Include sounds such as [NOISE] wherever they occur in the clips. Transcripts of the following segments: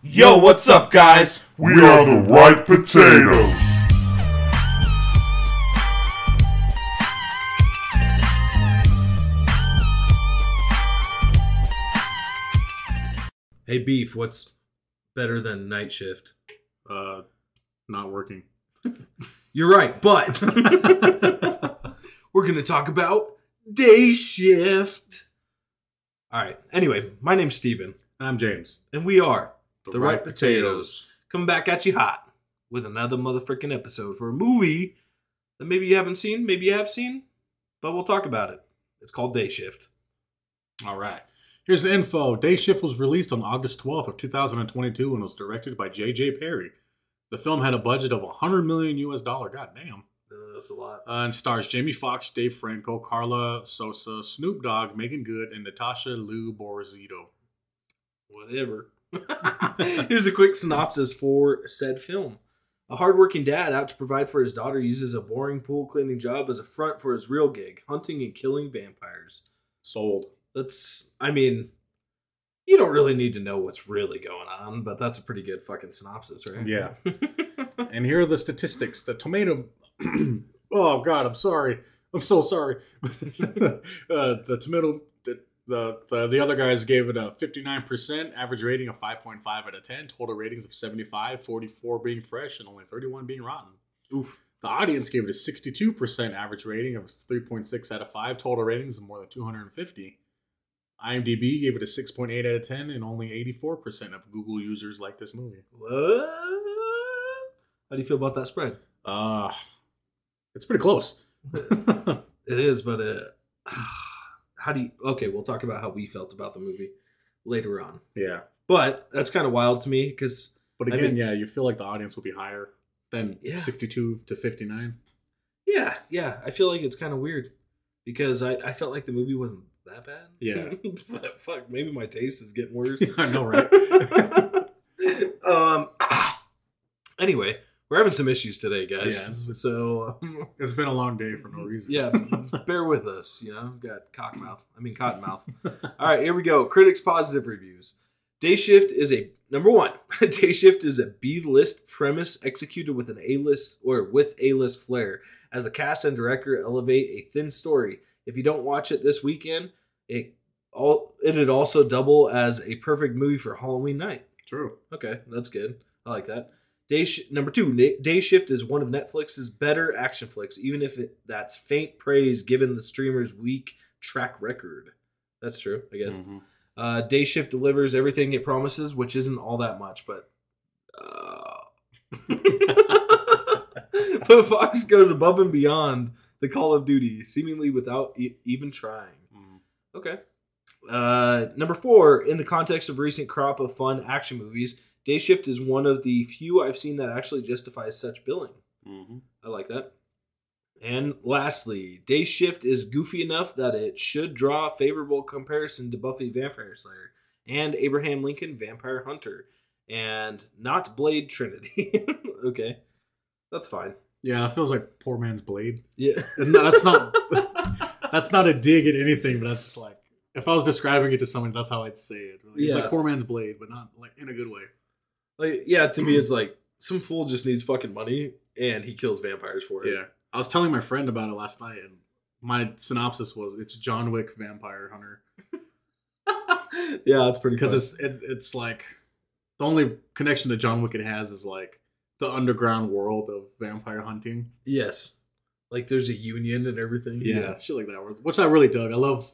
Yo, what's up, guys? We are the ripe potatoes. Hey, Beef, what's better than night shift? uh, not working. You're right, but [LAUGHS] we're going to talk about day shift. All right. Anyway, my name's Steven, And I'm James. and we are The Ripe Potatoes. coming back at you hot with another motherfucking episode for a movie that maybe you haven't seen, maybe you have seen, but we'll talk about it. It's called Day Shift. All right. Here's the info. Day Shift was released on August 12th of 2022 and was directed by J.J. Perry. The film had a budget of 100 million U.S. dollar. God damn. Uh, That's a lot. Uh, and stars Jamie Foxx, Dave Franco, Carla Sosa, Snoop Dogg, Megan Good, and Natasha Lou Borzito. whatever. Here's a quick synopsis for said film. A hardworking dad out to provide for his daughter uses a boring pool cleaning job as a front for his real gig, hunting and killing vampires. Sold. That's, I mean, you don't really need to know what's really going on, but that's a pretty good fucking synopsis, right? Yeah. [LAUGHS] and here are the statistics. The tomato. [CLEARS THROAT] oh God, I'm sorry. I'm so sorry. [LAUGHS] uh, the tomato. The, the, the, the other guys gave it a 59% average rating of 5.5 out of 10 total ratings of 75 44 being fresh and only 31 being rotten Oof. the audience gave it a 62% average rating of 3.6 out of 5 total ratings of more than 250 imdb gave it a 6.8 out of 10 and only 84% of google users like this movie [LAUGHS] What? How do you feel about that spread? Uh it's pretty close. [LAUGHS] It is, but uh, [SIGHS] how do you? Okay, we'll talk about how we felt about the movie later on. yeah. But that's kind of wild to me because But I again, mean- yeah, you feel like the audience will be higher than Yeah. 62 [LAUGHS] to 59. Yeah, yeah. I feel like it's kind of weird because I, I felt like the movie wasn't that bad. Yeah. [LAUGHS] but fuck, maybe my taste is getting worse. [LAUGHS] I know, [LAUGHS] right? [LAUGHS] um. [COUGHS] Anyway, we're having some issues today, guys. Yeah, this so um, It's been a long day for no reason. yeah, bear with us. You know, got cock mouth. I mean, cotton mouth. All right, here we go. Critics positive reviews. Day Shift is a number one. [LAUGHS] Day Shift is a B list premise executed with an A list or with A list flair. As the cast and director elevate a thin story. If you don't watch it this weekend, it all it'd also double as a perfect movie for Halloween night. [LAUGHS] True. Okay, that's good. I like that. Day sh- number two, Na- Day Shift is one of Netflix's better action flicks, even if it, that's faint praise given the streamer's weak track record. That's true, I Hmm. guess. Mm-hmm. Mhm. Uh, Day Shift delivers everything it promises, which isn't all that much, but. Uh... [LAUGHS] but Fox goes above and beyond the Call of Duty, seemingly without e- even trying. Mhm. Okay. Uh, number four, in the context of recent crop of fun action movies, Day Shift is one of the few I've seen that actually justifies such billing. Mhm. I like that. And lastly, Day Shift is goofy enough that it should draw a favorable comparison to Buffy Vampire Slayer and Abraham Lincoln Vampire Hunter, and not Blade Trinity. [LAUGHS] okay, that's fine. Yeah, it feels like poor man's blade. Yeah, And that's not [LAUGHS] that's not a dig at anything, but that's like if I was describing it to someone, that's how I'd say it. Like, It's Yeah. like poor man's blade, but not like in a good way. [LAUGHS] like, yeah. To me, it's like some fool just needs fucking money and he kills vampires for it. Yeah. I was telling my friend about it last night, and my synopsis was it's John Wick Vampire Hunter. yeah, that's pretty Because funny. it's it, it's like the only connection that John Wick it has is like the underground world of vampire hunting. yes, like there's a union and everything. Shit like that. Which I really dug. I love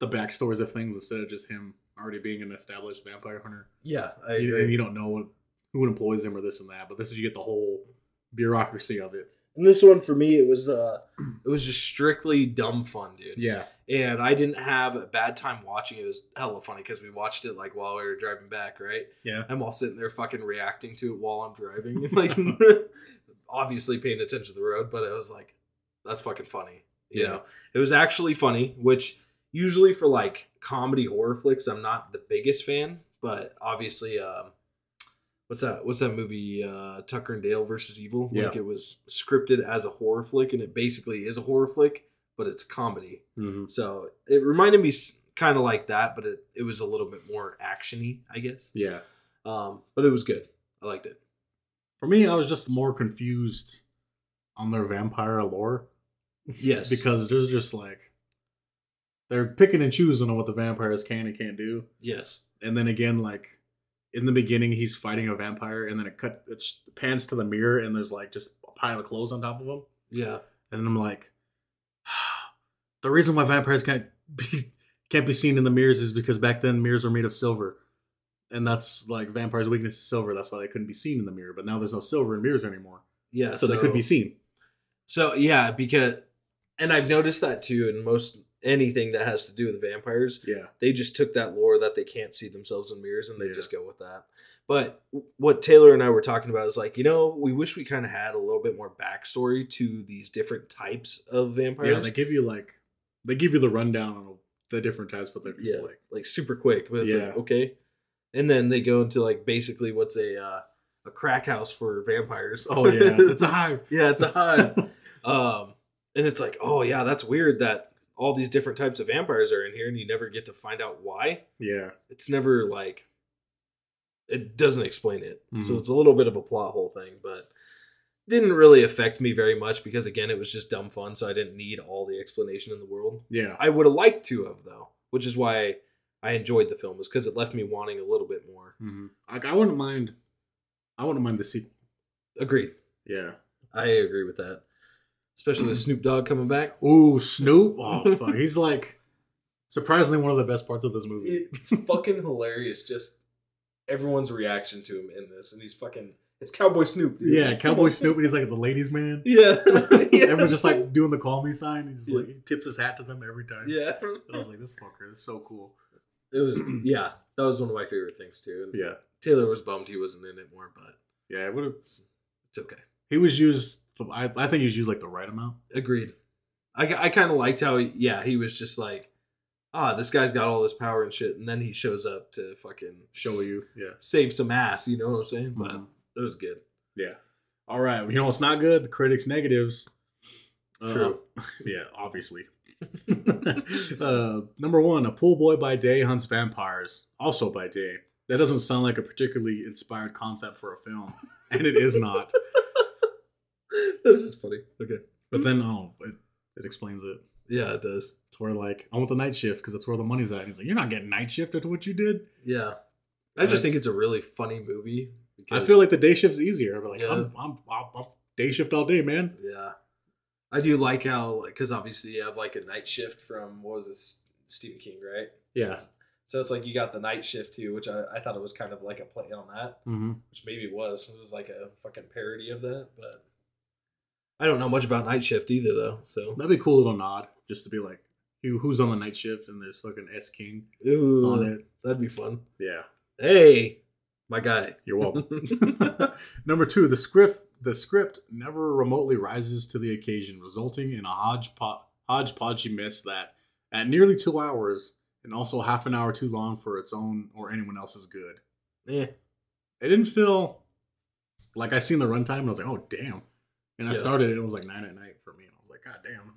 the backstories of things instead of just him already being an established vampire hunter. yeah, I you, agree. and you don't know what, who employs him or this and that, but this is you get the whole bureaucracy of it. And this one for me, it was uh, [CLEARS THROAT] it was just strictly dumb fun, dude. Yeah. and I didn't have a bad time watching it. It was hella funny because we watched it like while we were driving back, right? Yeah. I'm all sitting there fucking reacting to it while I'm driving, and, [LAUGHS] like [LAUGHS] obviously paying attention to the road, but it was like, that's fucking funny. You Yeah. know, it was actually funny, which usually for like comedy horror flicks, I'm not the biggest fan, but obviously, um, what's that? What's that movie? Uh, Tucker and Dale versus Evil. Yeah. Like it was scripted as a horror flick, and it basically is a horror flick, but it's comedy. Mm-hmm. So it reminded me kind of like that, but it, it was a little bit more actiony, I guess. Yeah. Um, but it was good. I liked [LAUGHS] it. For me, I was just more confused on their vampire lore Yes, because there's just like they're picking and choosing on what the vampires can and can't do. yes, And then again, like in the beginning, he's fighting a vampire, and then it cut it sh- pans to the mirror, and there's like just a pile of clothes on top of him. yeah, And I'm like, [SIGHS] the reason why vampires can't [LAUGHS] be can't be seen in the mirrors is because back then mirrors were made of silver, and that's like vampires' weakness is silver. That's why they couldn't be seen in the mirror. But now there's no silver in mirrors anymore, yeah. so, they could be seen. So yeah, because and I've noticed that too in most anything that has to do with vampires, Yeah, they just took that lore that they can't see themselves in mirrors and they Yeah. just go with that. But what Taylor and I were talking about is like, you know, we wish we kind of had a little bit more backstory to these different types of vampires. yeah. They give you like they give you the rundown on the different types, but they're just Yeah. like like super quick, but it's Yeah. like okay. And then they go into like basically what's a uh, a crack house for vampires. Oh yeah, [LAUGHS] it's a hive. yeah, it's a hive. um, and it's like, oh yeah, that's weird that all these different types of vampires are in here, and you never get to find out why. yeah, It's never like it doesn't explain it, so Mhm. it's a little bit of a plot hole thing, but didn't really affect me very much because again, it was just dumb fun, so I didn't need all the explanation in the world. yeah, I would have liked to have though, which is why I enjoyed the film, is because it left me wanting a little bit more. Mhm. Like I wouldn't mind, I wouldn't mind the sequel. Agreed, Yeah. I agree with that, especially with Snoop Dogg coming back. Ooh, Snoop. Oh fuck, he's like surprisingly one of the best parts of this movie. It's fucking hilarious. Just everyone's reaction to him in this, and he's fucking. It's Cowboy Snoop. dude. Yeah, Cowboy [LAUGHS] Snoop, and he's like the ladies' man. Yeah. [LAUGHS] yeah. Everyone's just like doing the call me sign. He's just like he tips his hat to them every time. Yeah. And I was like, this fucker, this is so cool. It was. Yeah, that was one of my favorite things too. And Yeah, Taylor was bummed he wasn't in it more, but yeah. It would have. it's okay. He was used. I, I think he was used like the right amount. Agreed. I, I kind of liked how he, yeah he was just like ah this guy's got all this power and shit, and then he shows up to fucking Show s- you. Yeah. save some ass. You know what I'm saying? But Mhm. it was good. Yeah. All right. You know what's not good? The critics' negatives. [LAUGHS] Uh, True. yeah, obviously. [LAUGHS] uh, number one, a pool boy by day hunts vampires, also by day. That doesn't sound like a particularly inspired concept for a film, and it [LAUGHS] is not. this is funny. Okay. But then, oh, it, it explains it. Yeah, it does. It's where like I want the night shift because that's where the money's at. And he's like, you're not getting night shift after what you did. Yeah. I just Uh, think it's a really funny movie. I because- feel like the day shift's easier. I'm like, Yeah. I'm, I'm, I'm, I'm day shift all day, man. Yeah. I do like how, like, because obviously you have, like, a night shift from, what was this, Stephen King, right? Yeah. So it's like you got the night shift too, which I, I thought it was kind of like a play on that, Mm-hmm. which maybe it was. It was like a fucking parody of that, but. I don't know much about night shift either, though. So. That'd be a cool little nod, just to be like, who, who's on the night shift? And there's fucking S King on Ooh, it. that'd be fun. Yeah. Hey, my guy. [LAUGHS] You're welcome. [LAUGHS] Number two, the script the script never remotely rises to the occasion, resulting in a hodgepodge hodgepodgey mess that at nearly two hours and also half an hour too long for its own or anyone else's good. Eh, It didn't feel like I seen the runtime and I was like, oh damn. And I Yeah. started it, it was like nine at night for me, and I was like, God damn.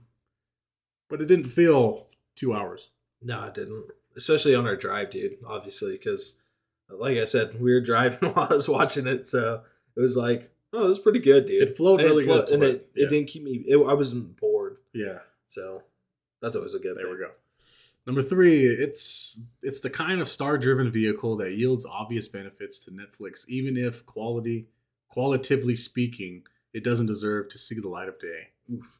But it didn't feel two hours. No, it didn't. Especially on our drive, dude. Obviously, because like I said, we were [LAUGHS] driving while I was watching it, so it was like, oh, this is pretty good, dude. It flowed And really flo- good to and it. it, Yeah. it didn't keep me. It, I wasn't bored, Yeah. so that's always a good. There thing. we go. Number three, it's it's the kind of star-driven vehicle that yields obvious benefits to Netflix, even if quality, qualitatively speaking, it doesn't deserve to see the light of day. Oof.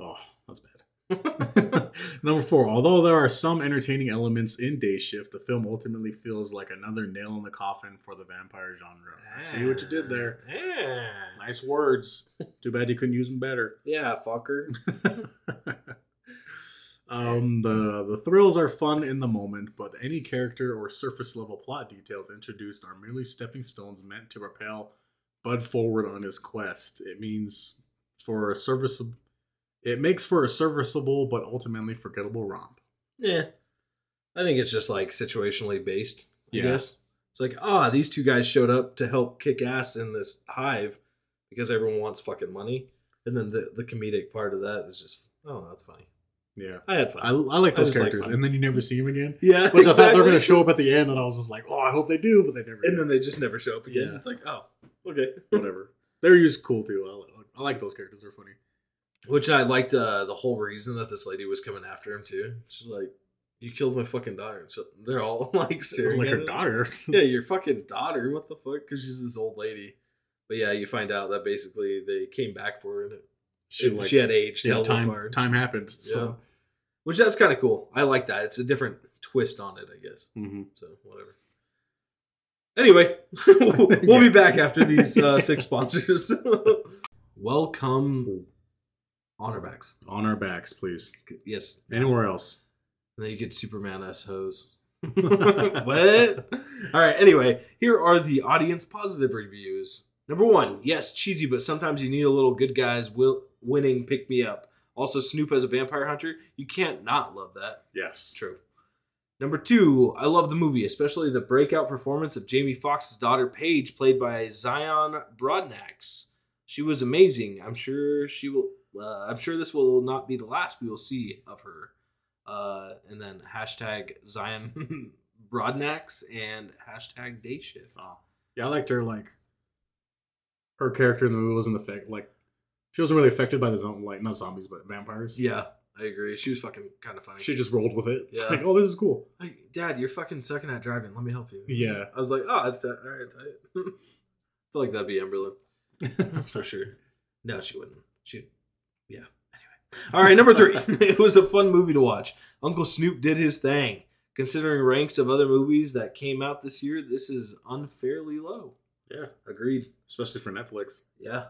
Oh, that's bad. [LAUGHS] Number four, although there are some entertaining elements in Day Shift, the film ultimately feels like another nail in the coffin for the vampire genre. I see what you did there. Ah. Nice words. Too bad you couldn't use them better. Yeah, fucker. [LAUGHS] um, the the thrills are fun in the moment, but any character or surface level plot details introduced are merely stepping stones meant to propel Bud forward on his quest. It means for a service, it makes for a serviceable but ultimately forgettable romp. yeah, I think it's just like situationally based. I Yeah. guess it's like, ah, these two guys showed up to help kick ass in this hive because everyone wants fucking money, and then the the comedic part of that is just, oh, that's funny. Yeah. I had fun. I, I like those was like, characters, fine. and then you never see them again. [LAUGHS] yeah, Which I thought they were exactly. going to show up at the end, and I was just like, oh, I hope they do, but they never. and do. then they just never show up again. Yeah. It's like, oh, okay. [LAUGHS] whatever. They're used cool too. I like, I like those characters. They're funny. Which I liked uh, the whole reason that this lady was coming after him too. She's like, "You killed my fucking daughter." So they're all [LAUGHS] like staring like at her him. daughter. Yeah, your fucking daughter. What the fuck? Because she's this old lady. But yeah, you find out that basically they came back for her and it, She it- like she had aged yeah, hell time. hard. Time happened. So Which that's kind of cool. I like that. It's a different twist on it, I guess. Mhm. So whatever. Anyway, [LAUGHS] we'll we'll be back after these uh, six [LAUGHS] sponsors. [LAUGHS] Welcome, Honorbacks. on our backs, please. Yes, Anywhere else? And then you get Superman S hose. what? All right. Anyway, here are the audience positive reviews. Number one, yes, cheesy, but sometimes you need a little good guys will winning pick me up. Also, Snoop as a vampire hunter, you can't not love that. Yes. It's true. Number two, I love the movie, especially the breakout performance of Jamie Foxx's daughter Paige, played by Zion Broadnax. She was amazing. I'm sure she will. Uh, I'm sure this will not be the last we will see of her. Uh, and then hashtag Zion [LAUGHS] Broadnax and hashtag Day Shift. Oh. Yeah, I liked her. Like her character in the movie wasn't affected. Like she wasn't really affected by the zombie, like not zombies, but vampires. Yeah, I agree. She was fucking kind of funny. She just rolled with it. Yeah. [LAUGHS] Like, oh, this is cool. Like, Dad, you're fucking sucking at driving. Let me help you. Yeah. I was like, oh, that's that. All right, tight. [LAUGHS] I feel like that'd be Emberlyn. for sure. [LAUGHS] No, she wouldn't. She, yeah. Anyway, all right. Number three. [LAUGHS] it was a fun movie to watch. Uncle Snoop did his thing. Considering ranks of other movies that came out this year, this is unfairly low. Yeah. Agreed. Especially for Netflix. Yeah,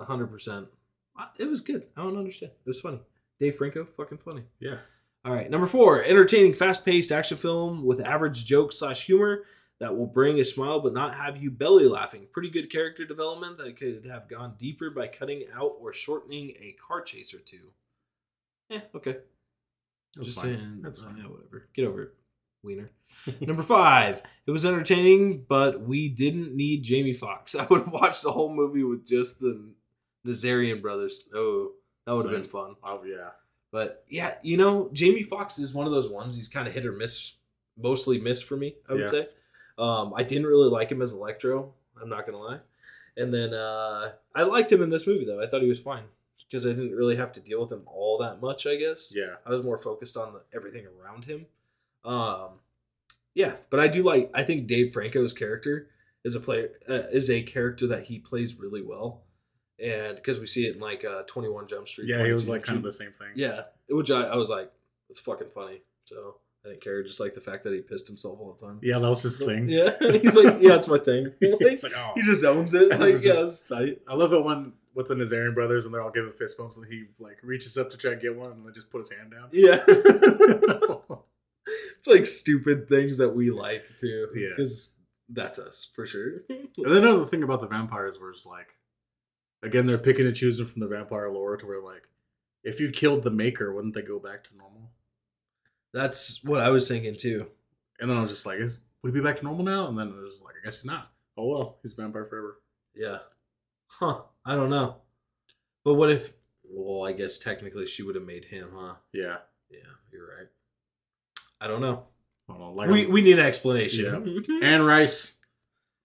a hundred percent. I- It was good. I don't understand. It was funny. Dave Franco, fucking funny. Yeah. All right, number four, entertaining, fast-paced action film with average joke slash humor that will bring a smile but not have you belly laughing. Pretty good character development that could have gone deeper by cutting out or shortening a car chase or two. Yeah, okay. That's Just fine. saying. That's uh, fine. yeah, whatever. Get over it, wiener. [LAUGHS] number five, it was entertaining, but we didn't need Jamie Foxx. [LAUGHS] I would have watched the whole movie with just the Nazarian brothers. Oh, that would have Same. been fun. Oh yeah. But yeah, you know, Jamie Foxx is one of those ones. He's kind of hit or miss, mostly miss for me. I would Yeah. say. Um, I didn't really like him as Electro. I'm not gonna lie. And then uh, I liked him in this movie though. I thought he was fine because I didn't really have to deal with him all that much. I guess. Yeah. I was more focused on the, everything around him. Um, yeah, but I do like. I think Dave Franco's character is a player uh, is a character that he plays really well, and because we see it in like uh, Twenty One Jump Street. Yeah, he was 22 like kind of Jump the same thing. yeah, which I, I was like, it's fucking funny. So I didn't care. Just like the fact that he pissed himself all the time. Yeah, that was his thing. [LAUGHS] Yeah, [LAUGHS] he's like, yeah, it's my thing. Like, It's like, oh. he [LAUGHS] just owns [LAUGHS] it. It Like, was yeah, just- it's [LAUGHS] tight. I love it when with the Nazarian brothers and they're all giving fist bumps and he like reaches up to try and get one and then just put his hand down. Yeah, [LAUGHS] it's like stupid things that we like too. Yeah. because that's us for sure. [LAUGHS] [LAUGHS] and then another thing about the vampires was like, again, they're picking and choosing from the vampire lore to where like, if you killed the maker, wouldn't they go back to normal? That's what I was thinking too. And then I was just like, is would he be back to normal now? And then I was just like, I guess he's not. Oh well, he's a vampire forever. Yeah. Huh. I don't know. But what if? Well, I guess technically she would have made him, huh? Yeah. Yeah, you're right. I don't know. I don't know, like um, we we need an explanation. [LAUGHS] Anne Rice,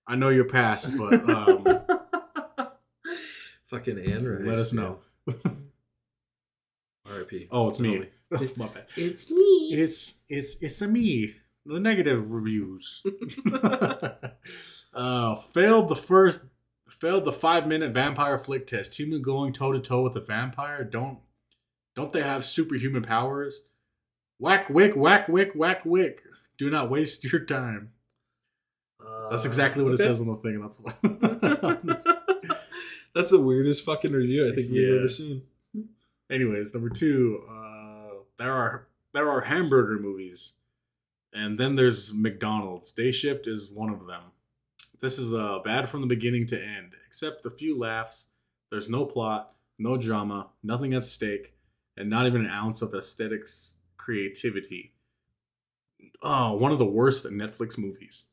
I know your past, but um, [LAUGHS] [LAUGHS] Fucking Anne Rice. let [LAUGHS] us know. R.I.P. Oh, it's me. Homie. My bad. It's me. [LAUGHS] It's it's it's a me. The negative reviews. [LAUGHS] uh, failed the first. Failed the five minute vampire flick test. Human going toe to toe with a vampire. Don't don't they have superhuman powers? Whack wick whack wick whack wick. Do not waste your time. Uh, That's exactly what [LAUGHS] it says on the thing. and That's what. [LAUGHS] That's the weirdest fucking review I think we've Yeah. ever seen. Anyways, number two, uh, there are there are hamburger movies, and then there's McDonald's. Day Shift is one of them. This is uh, bad from the beginning to end, except a few laughs. There's no plot, no drama, nothing at stake, and not even an ounce of aesthetics creativity. Oh, one of the worst Netflix movies.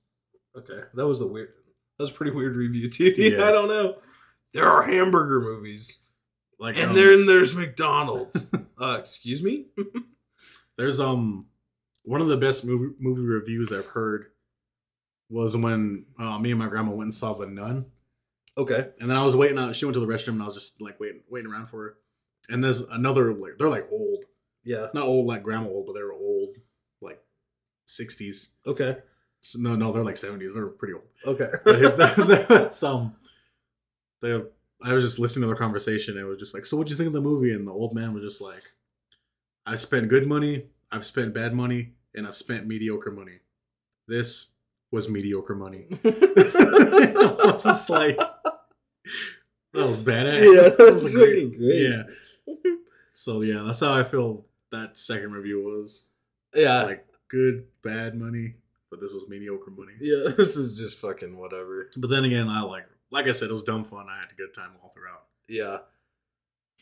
Okay, that was the weird. That was a pretty weird review too. Dude. Yeah. I don't know. There are hamburger movies. Like, um, And then there's McDonald's. [LAUGHS] uh, excuse me? there's um one of the best movie movie reviews I've heard was when uh, me and my grandma went and saw The Nun. Okay. And then I was waiting. On, she went to the restroom, and I was just like waiting, waiting around for her. And there's another like they're like old, Yeah. not old like grandma old, but they're old, like sixties. Okay. So, no, no, they're like seventies. They're pretty old. [LAUGHS] Okay. [LAUGHS] But it- that's, um, they, I was just listening to their conversation. And it was just like, so what'd you think of the movie? And the old man was just like, I spent good money, I've spent bad money, and I've spent mediocre money. This was [LAUGHS] mediocre money. [LAUGHS] I was just like, that was badass. Yeah, [LAUGHS] that was that's a great, fucking great. Yeah. So yeah, that's how I feel. That second review was yeah. like good, bad money, but this was mediocre money. yeah. [LAUGHS] This is just fucking whatever. But then again, I like, like I said, it was dumb fun. I had a good time all throughout. Yeah.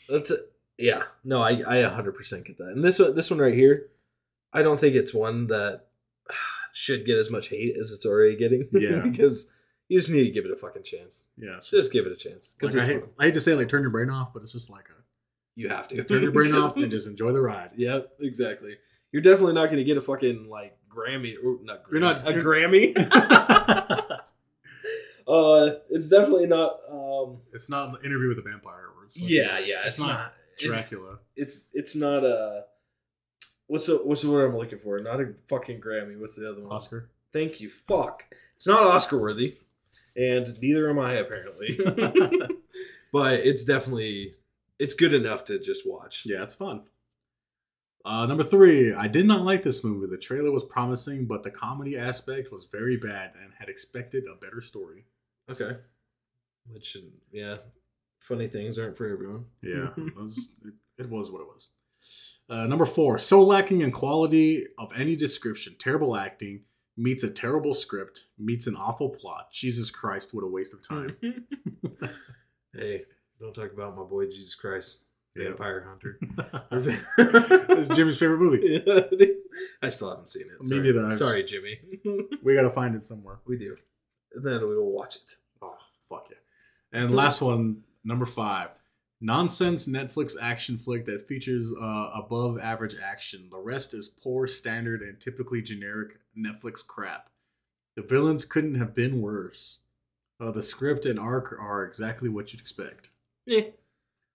That's it. yeah. No, I I 100% get that. And this one, this one right here, I don't think it's one that [SIGHS] should get as much hate as it's already getting. [LAUGHS] Yeah. because you just need to give it a fucking chance. Yeah, it's Just give it a chance like, because I, hate, I hate to say like turn your brain off, but it's just like a you have to turn your brain 'Cause- [LAUGHS] off and just enjoy the ride. [LAUGHS] Yep, exactly. You're definitely not going to get a fucking like Grammy or not. Grammy, You're not- a you're- Grammy. [LAUGHS] uh, it's definitely not. Um, it's not the interview with the vampire. Where it's like, yeah, yeah, it's, It's not. not it's, Dracula. it's it's not a. What's the what's the word I'm looking for? Not a fucking Grammy. What's the other one? Oscar. Thank you. Fuck. It's not Oscar worthy, and neither am I [LAUGHS] apparently. but it's definitely it's good enough to just watch. Yeah, it's fun. Uh, number three, I did not like this movie. The trailer was promising, but the comedy aspect was very bad and had expected a better story. Okay. Which shouldn't- yeah, funny things aren't for everyone. Yeah, it, was, it, it was what it was. Uh, number four, so lacking in quality of any description, terrible acting meets a terrible script meets an awful plot. Jesus Christ, what a waste of time. [LAUGHS] Hey, don't talk about my boy Jesus Christ, Yeah. Vampire [LAUGHS] Hunter. it's Jimmy's [LAUGHS] favorite movie. I still haven't seen it. Me Sorry. neither. Sorry, [LAUGHS] Jimmy. We gotta find it somewhere. we do. And then we will watch it. Oh fuck yeah! And last one, number five, nonsense Netflix action flick that features uh, above average action. The rest is poor, standard, and typically generic Netflix crap. The villains couldn't have been worse. Uh, the script and arc are exactly what you'd expect. Eh,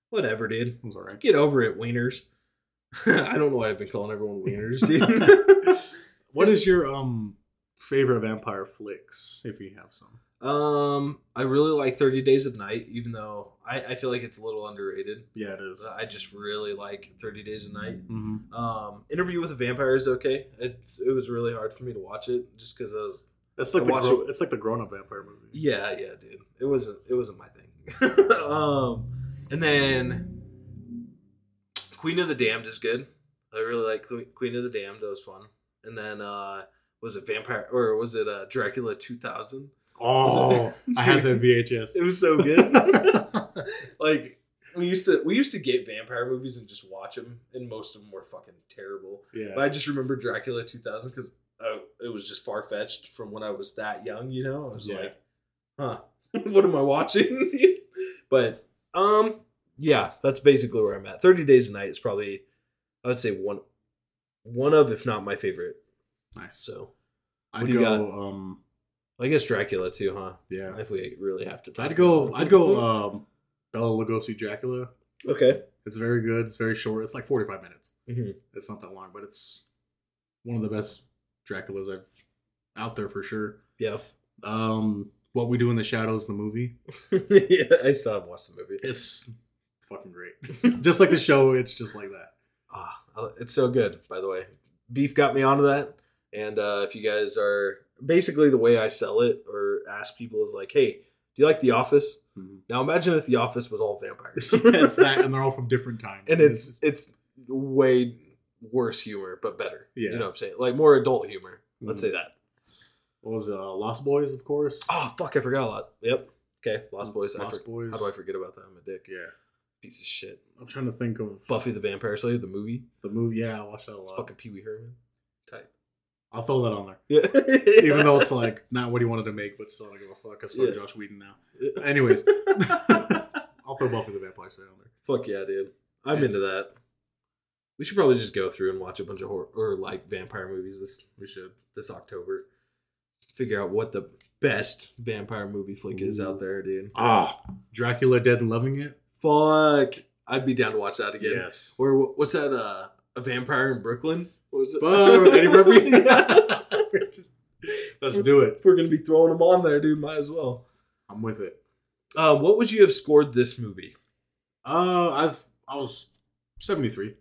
whatever, dude. It was all right. Get over it, wieners. [LAUGHS] I don't know why I've been calling everyone wieners, dude. [LAUGHS] What is your um favorite vampire flicks, if you have some? um, I really like Thirty Days of Night, even though I, I feel like it's a little underrated. Yeah, it is. I just really like Thirty Days of Night. Mm-hmm. Um, Interview with a Vampire is okay. It's, it was really hard for me to watch it just because I was That's I like the watched gro- it's like the grown up vampire movie. yeah yeah dude it wasn't it wasn't my thing. [LAUGHS] um, and then Queen of the Damned is good. I really like Que- Queen of the Damned. That was fun. And then uh, was it Vampire or was it uh, Dracula two thousand? [LAUGHS] Oh, I had that VHS. It was so good. like we used to we used to get vampire movies and just watch them, and most of them were fucking terrible. yeah. But I just remember Dracula 2000 because oh, it was just far fetched from when I was that young. You know, I was Yeah. like, huh, [LAUGHS] what am I watching? [LAUGHS] but um, yeah, that's basically where I'm at. Thirty Days a Night is probably, I would say one, one of if not my favorite. Nice. So I'd What do you go. got? Um, I guess Dracula too, huh? yeah, If we really have to, talk I'd go. about it. I'd go. Um, Bella Lugosi Dracula. okay. It's very good. It's very short. It's like forty-five minutes. Mhm. It's not that long, but it's one of the best Draculas I've out there for sure. Yeah, Um, what we do in the shadows, the movie. [LAUGHS] yeah. I still haven't watched the movie. It's fucking great. [LAUGHS] just like the show. It's just like that. Ah, I- it's so good, by the way. Beef got me onto that. And uh, if you guys are basically the way I sell it or ask people is like, hey, do you like The Office? Mhm. Now imagine if The Office was all vampires. [LAUGHS] it's that, and they're all from different times. Mm-hmm. [LAUGHS] and it's it's way worse humor, but better. Yeah. You know what I'm saying? Like more adult humor. Let's Mhm. say that. what was it, uh, Lost Boys, of course. Oh fuck, I forgot a lot. Yep. Okay. Lost Boys. I Lost for- Boys. How do I forget about that? I'm a dick. yeah, Piece of shit. I'm trying to think of Buffy the Vampire Slayer, the movie. the movie. Yeah, I watched that a lot. Fucking Pee Wee Herman type. I'll throw that [LAUGHS] on there. Yeah. even though it's like not what he wanted to make, but still I don't give a fuck. It's fuck Yeah. [LAUGHS] Josh Whedon now. Yeah. [LAUGHS] Anyways, I'll I'll put Buffy the Vampire Slayer on there. Fuck yeah, dude. I'm into that. We should probably just go through and watch a bunch of horror or like vampire movies this We should. this October. Figure out what the best vampire movie flick is out there, dude. Ah, Dracula Dead and Loving It. Fuck. I'd be down to watch that again. Yes. Or wh- what's that? Uh, a vampire in Brooklyn? What was it? Fuck, Eddie Murphy. [LAUGHS] Yeah. Just- let's do it. If We're gonna be throwing them on there, dude. Might as well. I'm with it. Uh, what would you have scored this movie? Uh, I've I was 73.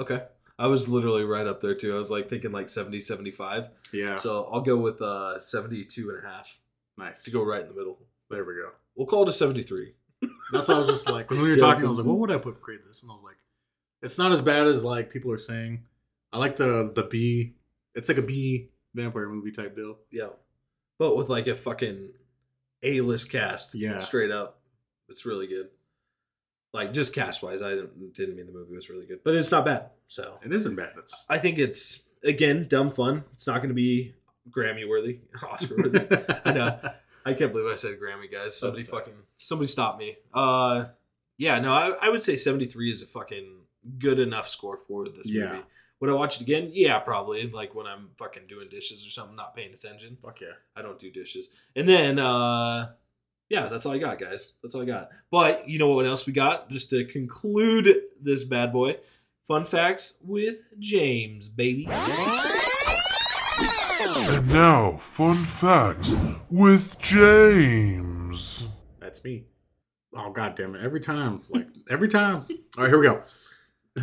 Okay. I was literally right up there too. I was like thinking like 70, 75. Yeah. So I'll go with uh 72 and a half nice. to go right in the middle. [LAUGHS] There we go. We'll call it a 73. That's what I was just like when we were Yeah, talking. I so- was like, what would I put grade this? And I was like, it's not as bad as like people are saying. I like the the B. It's like a B vampire movie type deal. Yeah. But with like a fucking A list cast. Yeah. Straight up. It's really good. Like just cast wise, I didn't, didn't mean the movie was really good, but it's not bad. So It isn't bad. It's I think it's, again, dumb fun. It's not going to be Grammy [LAUGHS] worthy, Oscar worthy. I know. [LAUGHS] I can't believe I said Grammy, guys. Somebody tough. fucking somebody stop me. Uh, yeah, no, I, I would say seventy three is a fucking good enough score for this Yeah. movie. Would I watch it again? Yeah, probably. Like when I'm fucking doing dishes or something, not paying attention. [LAUGHS] Fuck yeah. I don't do dishes. And then, uh, yeah, that's all I got, guys. That's all I got. But you know what else we got? Just to conclude this bad boy, fun facts with James, baby. And now, fun facts with James. That's me. Oh god damn it. Every time. Like every time. Alright, here we go.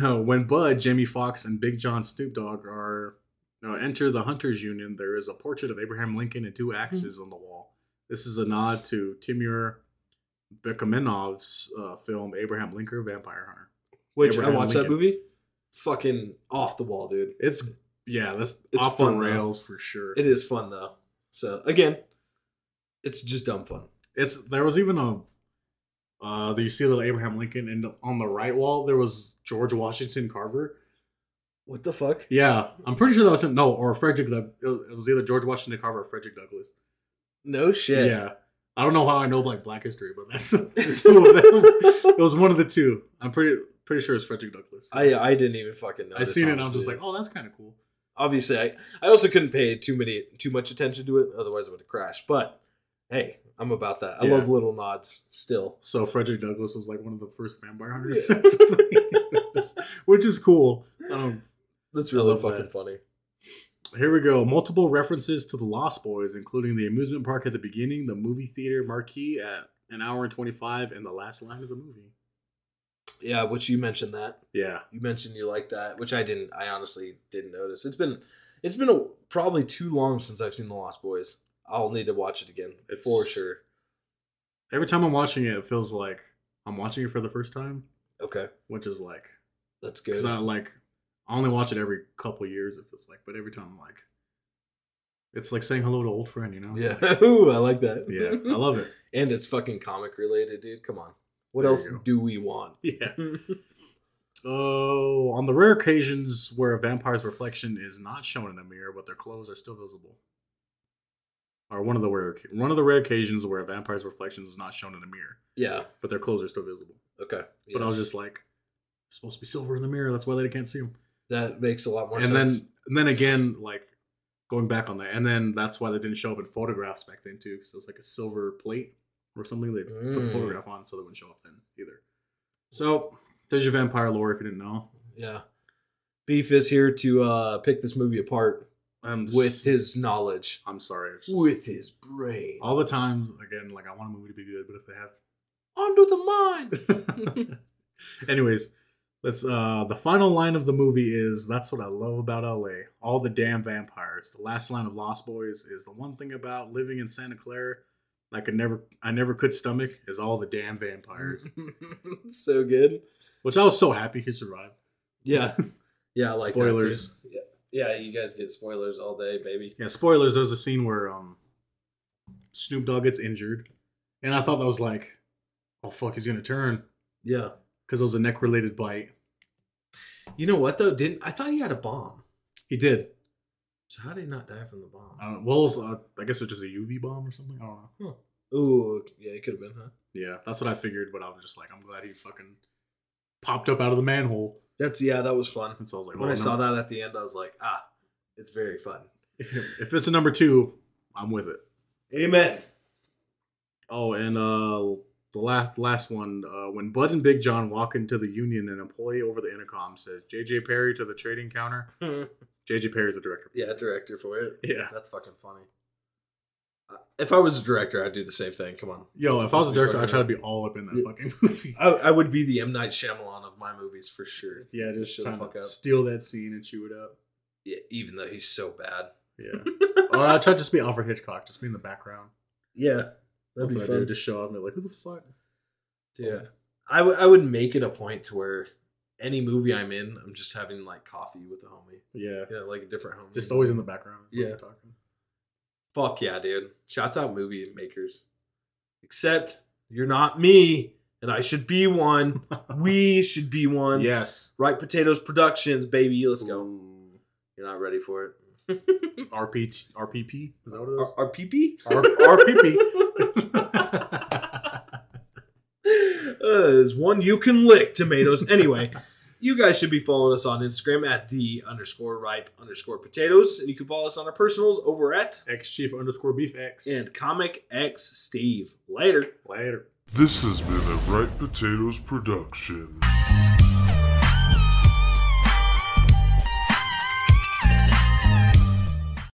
Uh, when Bud, Jamie Foxx, and Big John Snoop Dogg are uh, enter the Hunters Union, there is a portrait of Abraham Lincoln and two axes on the wall. This is a nod to Timur Bekamenov's uh, film Abraham Lincoln Vampire Hunter. Which I Abraham watched that Lincoln. movie. Fucking off the wall, dude. It's yeah, that's It's off fun, the though. rails for sure. It is fun though. So again, it's just dumb fun. It's there was even a uh that you see little Abraham Lincoln and on the right wall there was George Washington Carver. What the fuck? Yeah, I'm pretty sure that was him. No, or Frederick. Doug- It was either George Washington Carver or Frederick Douglass. No shit. [LAUGHS] Yeah, I don't know how I know like Black History, but that's [LAUGHS] the two of them. It was one of the two. I'm pretty pretty sure it's Frederick Douglass. I I didn't even fucking know. I seen it. and I was just like, oh, that's kind of cool. obviously, I I also couldn't pay too many too much attention to it, otherwise it would have crashed. But hey, I'm about that. I Yeah. love little nods still. So Frederick Douglass was like one of the first vampire hunters, [LAUGHS] Yeah. or something. [LAUGHS] which is cool. Um, That's I really love fucking that. funny. Here we go. Multiple references to the Lost Boys, including the amusement park at the beginning, the movie theater marquee at an hour and twenty five, and the last line of the movie. Yeah, which you mentioned that Yeah, you mentioned you like that, which I didn't. I honestly didn't notice. It's been it's been a, probably too long since I've seen The Lost Boys. I'll need to watch it again It's- for sure. every time I'm watching it, it feels like I'm watching it for the first time, Okay, which is like that's good. because I like I only watch it every couple years. It feels like, but every time I'm like, it's like saying hello to an old friend, you [LAUGHS] know? Yeah. Ooh, I like that. [LAUGHS] yeah, I love it. and it's fucking comic related, dude. Come on. What There you else go. do we want? Yeah. [LAUGHS] Oh, on the rare occasions where a vampire's reflection is not shown in a mirror, but their clothes are still visible. Or one of the rare one of the rare occasions where a vampire's reflection is not shown in a mirror, yeah. but their clothes are still visible. Okay. But I was Yes. just like, supposed to be silver in the mirror. That's why they can't see them. that makes a lot more and sense. then and then again, like going back on that, and then that's why they didn't show up in photographs back then too, because it was like a silver plate or something they put Mm. the photograph on, so they wouldn't show up then either. So there's your vampire lore if you didn't know. yeah. Beef is here to uh pick this movie apart Um, with his knowledge. I'm sorry. it's just- With his brain. all the times again, like I want a movie to be good, but if they have Under the mind. [LAUGHS] Anyways, let's uh the final line of the movie is that's what I love about LA. All the damn vampires. The last line of Lost Boys is the one thing about living in Santa Clara I could never I never could stomach is all the damn vampires. [LAUGHS] so good. Which I was so happy he survived. Yeah. Yeah, I like that, too. Spoilers. Yeah. Yeah, you guys get spoilers all day, baby. Yeah, spoilers, there's a scene where um Snoop Dogg gets injured. And I thought that was like, oh fuck, he's gonna turn. Yeah. Because it was a neck related bite. You know what though? Didn't I thought he had a bomb. He did. So how did he not die from the bomb? Uh, well, it was, uh, I guess it was just a UV bomb or something. I don't know. Ooh, yeah, it could have been, huh? Yeah, that's what I figured, but I was just like, I'm glad he fucking popped up out of the manhole. That's yeah, that was fun. And so I was like, "Oh, When I saw that at the end, I was like, ah, it's very fun. [LAUGHS] if it's a number two, I'm with it. Amen. Oh, and uh, the last last one, uh, when Bud and Big John walk into the union, an employee over the intercom says, "JJ Perry to the trading counter." JJ Perry's the director. yeah, director for it. Yeah. That's fucking funny. Uh, If I was a director, I'd do the same thing. Come on. Yo, if I was Let's a be director, I'd fucking try to be all up in that Yeah. fucking movie. [LAUGHS] I, I would be the M Night Shyamalan of my movies for sure. Yeah, just Shut the trying fuck to up. steal that scene and chew it up. Yeah, even though he's so bad. Yeah. or I'd try to just be Alfred Hitchcock, just be in the background. [LAUGHS] Yeah, That's what I do. Just show up and be like, who the fuck? Yeah, I, w- I would make it a point to where any movie I'm in, I'm just having like coffee with a homie. Yeah. Yeah, like a different homie. Just always in the background. Yeah. Like, Talking. Fuck yeah, dude. Shouts out movie makers. Except you're not me, and I should be one. we should be one. Yes. Right Potatoes Productions, baby. Let's go. Ooh. You're not ready for it. RPT, RPP? Is that what Our, our PP? it is? RPP. [LAUGHS] Uh, is one you can lick tomatoes. Anyway, you guys should be following us on Instagram at the underscore ripe underscore potatoes. And you can follow us on our personals over at [LAUGHS] X Chief underscore Beef X. and comic X Steve. Later. Later. This has been a Ripe Potatoes production.